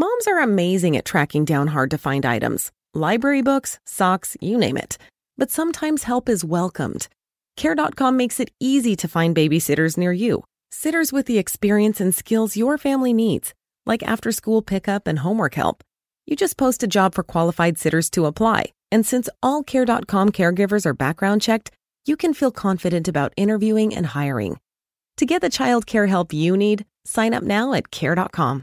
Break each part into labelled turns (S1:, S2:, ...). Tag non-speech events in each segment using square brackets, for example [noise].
S1: Moms are amazing at tracking down hard to find items library books, socks, you name it. But sometimes help is welcomed. Care.com makes it easy to find babysitters near you, sitters with the experience and skills your family needs, like after school pickup and homework help. You just post a job for qualified sitters to apply. And since all Care.com caregivers are background checked, you can feel confident about interviewing and hiring. To get the child care help you need, sign up now at Care.com.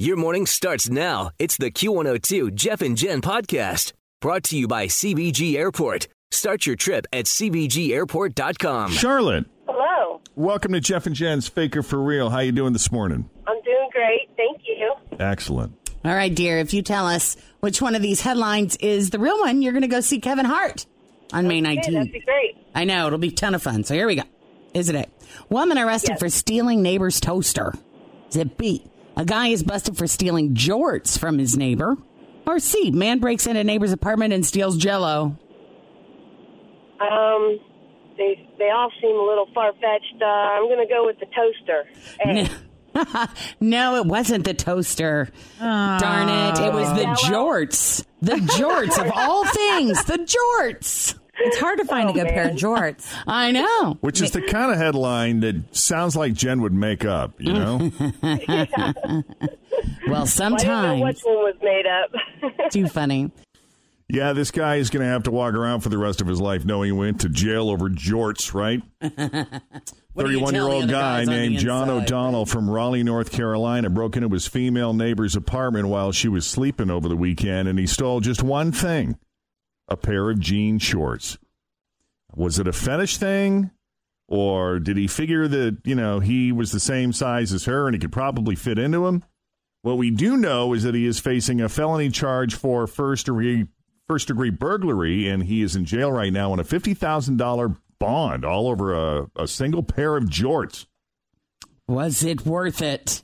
S2: Your morning starts now. It's the Q102 Jeff and Jen podcast brought to you by CBG Airport. Start your trip at CBGAirport.com.
S3: Charlotte,
S4: Hello.
S3: welcome to Jeff and Jen's Faker for Real. How you doing this morning?
S4: I'm doing great. Thank you.
S3: Excellent.
S5: All right, dear, if you tell us which one of these headlines is the real one, you're going to go see Kevin Hart on May
S4: Okay, that'd be
S5: 19th.
S4: great.
S5: I know, it'll be a ton of fun. So here we go. Isn't it? Woman arrested for stealing neighbor's toaster. Is it B? A guy is busted for stealing jorts from his neighbor. Or C? Man breaks into neighbor's apartment and steals jello.
S4: Um, they they all seem a little far fetched. Uh, I'm going to go with the
S5: [laughs]
S4: toaster. Hey,
S5: no, it wasn't the toaster. Darn it. It was the
S6: Oh.
S5: jorts. The jorts of
S6: [laughs]
S5: all things. The jorts.
S6: It's hard to find a good pair of jorts.
S5: I know.
S3: Which is the kind of headline that sounds like Jen would make up, you know?
S5: Well,
S4: I don't know
S5: sometimes
S4: which one was made up.
S6: [laughs]
S5: too funny.
S3: yeah, this guy is going to have to walk around for the rest of his life knowing he went to jail over jorts, right?
S5: What do you tell the
S3: 31 year old
S5: other
S3: guy
S5: guys on the
S3: named John
S5: inside?
S3: O'Donnell from Raleigh, North Carolina, broke into his female neighbor's apartment while she was sleeping over the weekend and he stole just one thing a pair of jean shorts. Was it a fetish thing? Or did he figure that, you know, he was the same size as her and he could probably fit into him? What we do know is that he is facing a felony charge for first degree, first degree burglary, and he is in jail right now on a $50,000 bond all over a, a single pair of jorts.
S5: Was it worth it?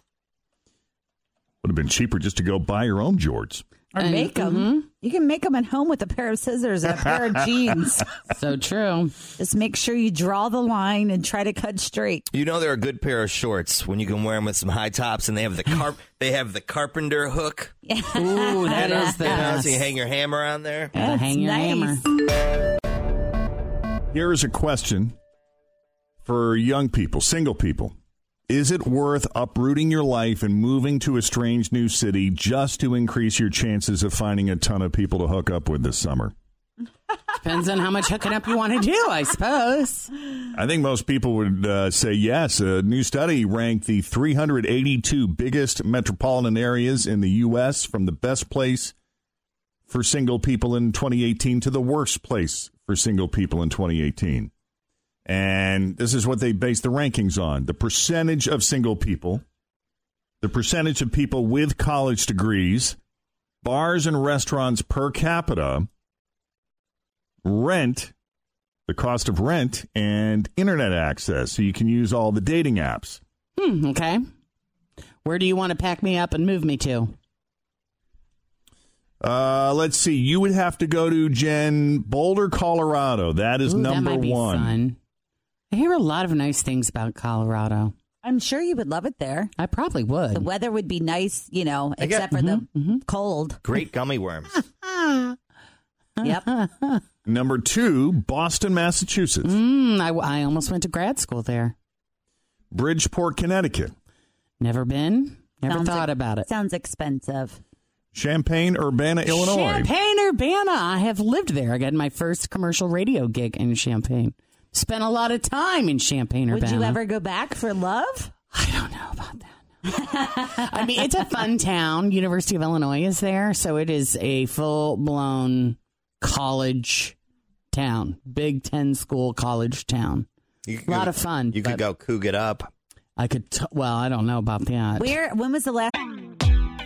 S3: Would have been cheaper just to go buy your own jorts.
S6: Or
S5: And- mm-hmm.
S6: make them. You can make them at home with a pair of scissors and a pair
S5: [laughs]
S6: of jeans.
S5: So true.
S6: Just make sure you draw the line and try to cut straight.
S7: You know they're a good pair of shorts when you can wear them with some high tops, and they have the
S5: [laughs]
S7: carp. they have the carpenter hook.
S5: Ooh, that
S6: [laughs]
S5: is the
S7: You know, so you
S5: best.
S7: hang your hammer on there.
S5: The hang your hammer.
S6: nice.
S3: Here is a question for young people, single people. Is it worth uprooting your life and moving to a strange new city just to increase your chances of finding a ton of people to hook up with this summer?
S5: Depends on how much hooking up you want to do, I suppose.
S3: I think most people would uh, say yes. A new study ranked the 382 biggest metropolitan areas in the U.S. from the best place for single people in 2018 to the worst place for single people in 2018. And this is what they base the rankings on the percentage of single people, the percentage of people with college degrees, bars and restaurants per capita, rent the cost of rent and internet access so you can use all the dating apps.
S5: Hmm, okay. Where do you want to pack me up and move me to?
S3: Uh, let's see. You would have to go to Jen Boulder, Colorado. That is
S5: Ooh, that
S3: number
S5: might be
S3: one.
S5: fun. I hear a lot of nice things about Colorado.
S6: I'm sure you would love it there.
S5: I probably would. Mm-hmm,
S6: The weather would be nice, you know,
S7: I got-
S6: except for the cold.
S7: Great gummy worms.
S5: Ah.
S6: Yep.
S3: Number two, Boston, Massachusetts.
S5: [laughs] Mm, I, I almost went to grad school there.
S3: Bridgeport, Connecticut.
S5: Never been. Never
S6: Sounds
S5: thought
S6: ex-
S5: about it.
S6: Sounds expensive.
S3: Champaign, Urbana, Illinois.
S5: Champaign, Urbana. I have lived there. I got my first commercial radio gig in Champaign. Spent a lot of time in Champaign, Urbana.
S6: Would you ever go back for love?
S5: [laughs] I don't know about that. I mean, it's a fun town. University of Illinois is there, so it is a full blown college town, Big Ten school college town.
S7: mm-hmm. You could
S5: Lot
S7: go-
S5: of fun,
S7: You could
S5: but-
S7: go coog it up.
S5: I could, t- well, I don't know about that.
S6: Where? When was the last?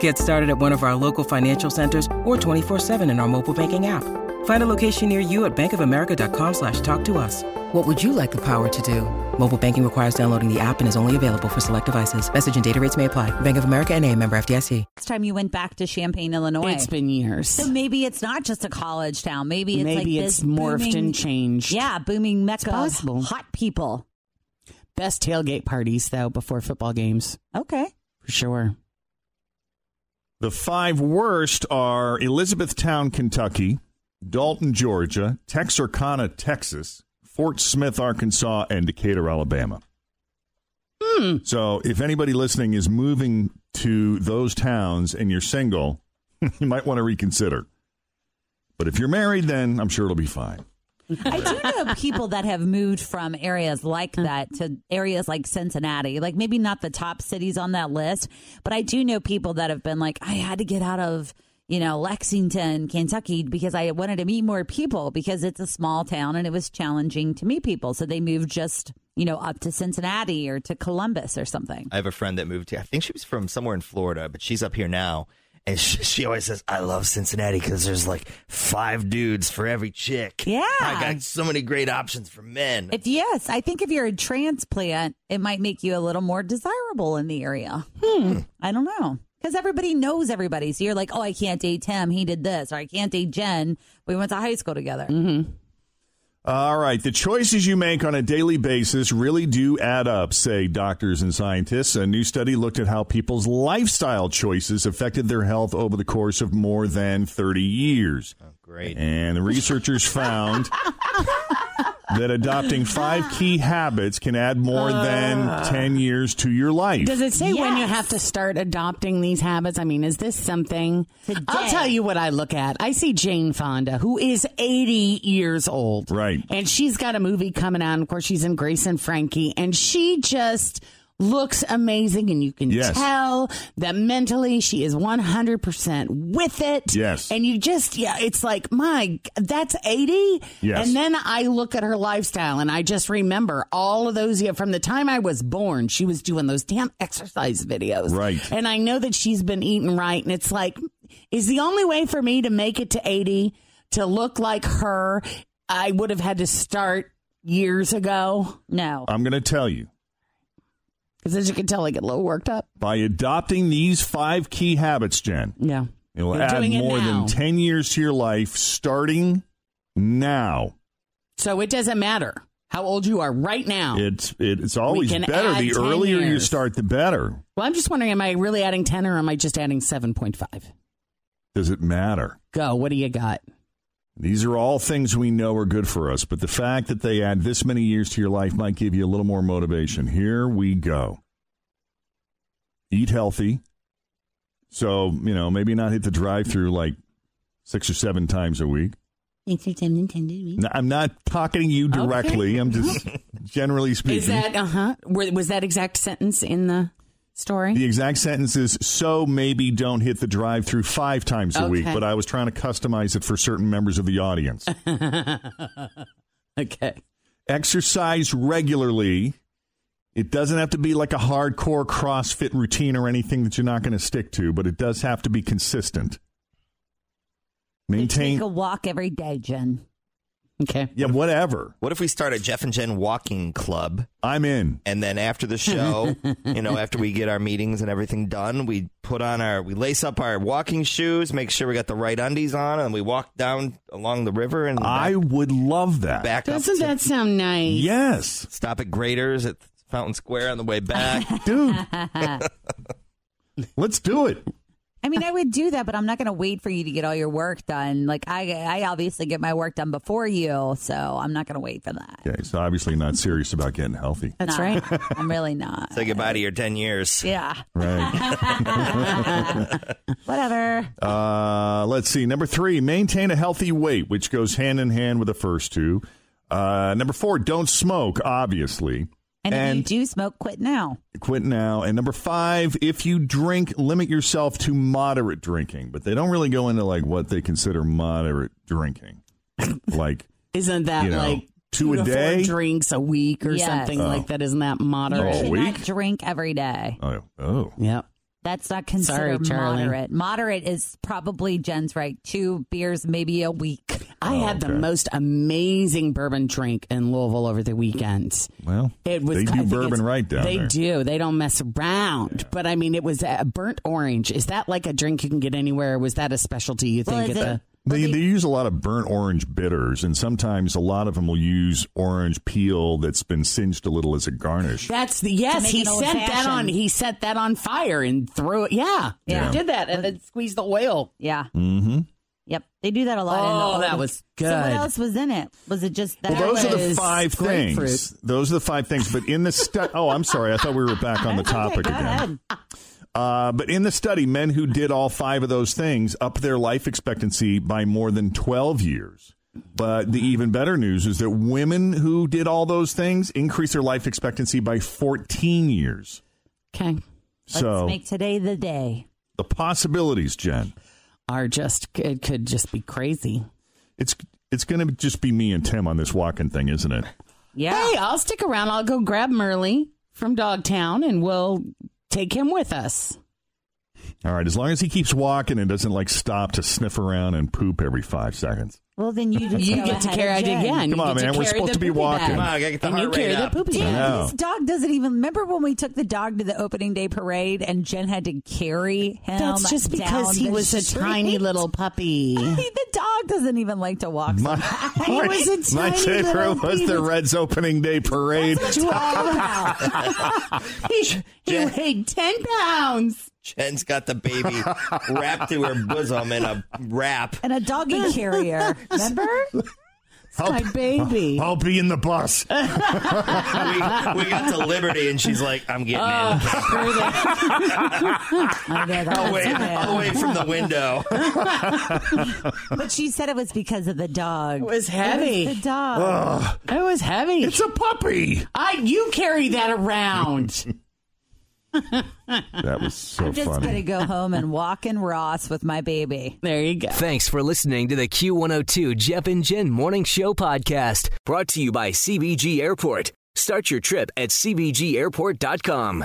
S8: Get started at one of our local financial centers or 24-7 in our mobile banking app. Find a location near you at bankofamerica.com slash talk to us. What would you like the power to do? Mobile banking requires downloading the app and is only available for select devices. Message and data rates may apply. Bank of America and a member FDIC.
S6: Last time you went back to Champaign, Illinois.
S5: It's been years.
S6: So maybe it's not just a college town. Maybe it's
S5: Maybe
S6: like
S5: it's
S6: this
S5: morphed
S6: booming,
S5: and changed.
S6: Yeah, booming mecca of
S5: possible.
S6: hot people.
S5: Best tailgate parties, though, before football games,
S6: Okay.
S5: for sure.
S3: The five worst are Elizabethtown, Kentucky, Dalton, Georgia, Texarkana, Texas, Fort Smith, Arkansas, and Decatur, Alabama. So, if anybody listening is moving to those towns and you're single, [laughs] you might want to reconsider. But if you're married, then I'm sure it'll be fine.
S6: I do know people that have moved from areas like that to areas like Cincinnati. Like maybe not the top cities on that list, but I do know people that have been like, I had to get out of, you know, Lexington, Kentucky because I wanted to meet more people because it's a small town and it was challenging to meet people. So they moved just, you know, up to Cincinnati or to Columbus or something.
S7: I have a friend that moved here. I think she was from somewhere in Florida, but she's up here now. And she, she always says, I love Cincinnati because there's like five dudes for every chick.
S6: Yeah.
S7: I got so many great options for men.
S6: If yes, I think if you're a transplant, it might make you a little more desirable in the area. Hmm. I don't know. Because everybody knows everybody. So you're like, oh, I can't date Tim. He did this. Or I can't date Jen. We went to high school together. Mm-hmm.
S3: All right. The choices you make on a daily basis really do add up, say doctors and scientists. A new study looked at how people's lifestyle choices affected their health over the course of more than 30 years.
S5: Oh,
S7: great.
S3: And the researchers
S5: [laughs]
S3: found that adopting five key habits can add more than 10 years to your life.
S5: Does it say when you have to start adopting these habits? I mean, is this something? I'll tell you what I look at. I see Jane Fonda, who is 80 years old.
S3: Right.
S5: And she's got a movie coming out. and Of course, she's in Grace and Frankie, and she just looks amazing. And you can
S3: Yes.
S5: tell that mentally she is 100% with it.
S3: Yes.
S5: And you just, yeah, it's like, my, that's 80?
S3: Yes.
S5: And then I look at her lifestyle and I just remember all of those yeah, from the time I was born, she was doing those damn exercise videos.
S3: Right.
S5: And I know that she's been eating right. And it's like, is the only way for me to make it to 80 to look like her? I would have had to start years ago.
S6: No.
S3: I'm going to tell you.
S5: Because as you can tell, I get a little worked up.
S3: By adopting these five key habits, Jen,
S5: Yeah.
S3: it'll
S5: You're
S3: add
S5: doing it
S3: more
S5: now.
S3: than 10 years to your life starting now.
S5: So it doesn't matter how old you are right now.
S3: It's it, it's always
S5: can
S3: better.
S5: add
S3: The
S5: 10
S3: earlier you
S5: years.
S3: start, the better.
S5: Well, I'm just wondering, am I really adding 10 or am I just adding 7.5?
S3: Does it matter?
S5: Go. What do you got?
S3: These are all things we know are good for us, but the fact that they add this many years to your life might give you a little more motivation. Here we go. Eat healthy. So, you know, maybe not hit the drive through like six or seven times a week. No, I'm not talking to you
S5: Okay. [laughs]
S3: directly. I'm just generally speaking.
S6: uh-huh.
S5: Is that uh huh? Was that exact sentence in the?
S6: story?
S3: The exact sentence is so maybe don't hit the drive through five times a week,
S6: Okay. Uh.
S3: but I was trying to customize it for certain members of the audience.
S6: [laughs]
S5: okay.
S3: Exercise regularly. It doesn't have to be like a hardcore CrossFit routine or anything that you're not going to stick to, but it does have to be consistent. Maintain
S6: Take a walk every day, Jen.
S5: Okay.
S3: Yeah, whatever.
S7: What if we start a Jeff and Jen walking club?
S3: I'm in.
S7: And then after the
S5: [laughs]
S7: show, you know, after we get our meetings and everything done, we put on our, we lace up our walking shoes, make sure we got the right undies on, and we walk down along the river. And I
S3: would love that.
S7: Back up
S5: Doesn't that sound nice?
S3: Yes.
S7: Stop at Graders at Fountain Square on the way
S5: [laughs]
S7: back.
S6: [laughs]
S3: Dude.
S6: I
S3: Let's do it.
S6: mean, I would do that, but I'm not going to wait for you to get all your work done. Like I, I obviously get my work done before you, so I'm not going to wait for that.
S3: Okay, so obviously not serious about getting healthy.
S6: That's right. [laughs] I'm really not.
S7: Say goodbye to your 10 years.
S6: Yeah.
S3: Right.
S6: [laughs] Whatever.
S3: Uh, let's see. Number three, maintain a healthy weight, which goes hand in hand with the first two. Uh, number four, don't smoke, obviously.
S6: And, if you do smoke, quit now.
S3: quit now. And number five, if you drink, limit yourself to moderate drinking. But they don't really go into like what they consider moderate
S5: [laughs]
S3: drinking. like
S5: Isn't that
S3: You know,
S5: like
S3: two a
S5: to four
S3: day?
S5: drinks a week or
S6: Yes.
S5: something
S6: Oh.
S5: like that? Isn't that
S6: You
S5: moderate?
S6: should not drink every day.
S3: Oh, oh.
S5: Yep.
S6: That's not considered
S5: Sorry, Charlie.
S6: moderate. Moderate is probably Jen's right. Two beers, maybe a week.
S5: I
S3: Oh,
S5: had the most amazing bourbon drink in Louisville over the weekend.
S3: Well,
S5: it was
S3: they do
S5: I think
S3: bourbon
S5: it's-
S3: right down
S5: They
S3: there.
S5: do. They don't mess around. But I mean, it was a burnt orange. Is that like a drink you can get anywhere? Or was that a specialty you think at the?
S3: They, they use a lot of burnt orange bitters, and sometimes a lot of them will use orange peel that's been singed a little as a garnish.
S5: That's the yes.
S6: make
S5: He
S6: an
S5: set
S6: old
S5: that on.
S6: fashioned.
S5: He set that on fire and threw it. Yeah,
S6: Yeah.
S5: He did that and then squeezed the oil.
S6: Yeah.
S3: Mm-hmm.
S6: Yep. They do that a lot. in
S5: Oh,
S6: the
S5: that
S6: old-
S5: was
S6: So what
S5: good.
S6: else was in it? Was it just that?
S3: Well, those are the
S6: was
S3: five
S6: grapefruit?
S3: things. Those are the five things. But in
S6: [laughs]
S3: the study, oh, I'm sorry, I thought we were back on the topic again. Uh, but in the study, men who did all five of those things upped their life expectancy by more than 12 years. But the even better news is that women who did all those things increased their life expectancy by 14 years.
S5: Okay.
S3: So
S6: Let's make today the day.
S3: the possibilities, Jen,
S5: are just it could just be crazy.
S3: It's it's going to just be me and Tim on this walking thing, isn't it?
S6: Yeah.
S5: Hey, I'll stick around. I'll go grab Merle from Dogtown and we'll take him with us.
S3: All right, as long as he keeps walking and doesn't like stop to sniff around and poop every five seconds.
S6: Well, then you just
S5: You
S6: go
S5: get to
S6: ahead
S5: carry
S6: and
S5: idea-
S6: Jen.
S5: yeah, and
S3: Come
S5: you
S3: on,
S5: get
S3: man,
S5: to
S3: we're
S5: carry
S3: supposed
S5: the
S3: to be
S5: poopy
S3: walking.
S5: bag.
S3: Come on, I
S7: gotta get the
S5: and
S7: heart
S5: you
S7: rate
S5: carry
S7: up.
S5: the poopy
S3: I
S5: bag.
S3: know.
S6: This dog doesn't even remember when we took the dog to the opening day parade and Jen had to carry him.
S5: That's just because
S6: down
S5: he
S6: the
S5: was a
S6: street.
S5: tiny
S6: [laughs]
S5: little puppy.
S6: I mean, the dog doesn't even like to walk.
S3: My,
S6: sometimes. [laughs]
S3: [laughs]
S6: He was a
S3: my
S6: tiny
S3: favorite
S6: little
S3: was
S6: baby.
S3: the Reds opening day parade.
S7: [laughs]
S5: he, he weighed 10 pounds.
S7: Jen's got the baby wrapped to her bosom in a wrap.
S6: and a doggy carrier. Remember?
S5: my [laughs] baby.
S3: I'll be in the bus.
S6: Oh.
S7: we, we got to Liberty, and she's like, "I'm getting
S5: Uh.
S6: I know
S7: in.
S6: that
S7: I'll
S6: was
S7: wait.
S6: bad.
S7: I'll wait from the window."
S6: But she said it was because of the dog. It
S5: was heavy.
S6: the dog.
S3: Ugh,
S5: It was heavy.
S3: it's a puppy.
S5: I, you carry that
S6: [laughs]
S5: around.
S3: That was so
S6: I'm just gonna
S3: funny.
S6: go home and walk in Ross with my baby.
S5: there you go.
S2: Thanks for listening to the Q102 Jeff and Jen Morning Show podcast brought to you by CBG Airport. Start your trip at CBGAirport.com.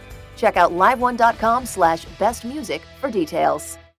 S9: Check out liveone.com slash best music for details.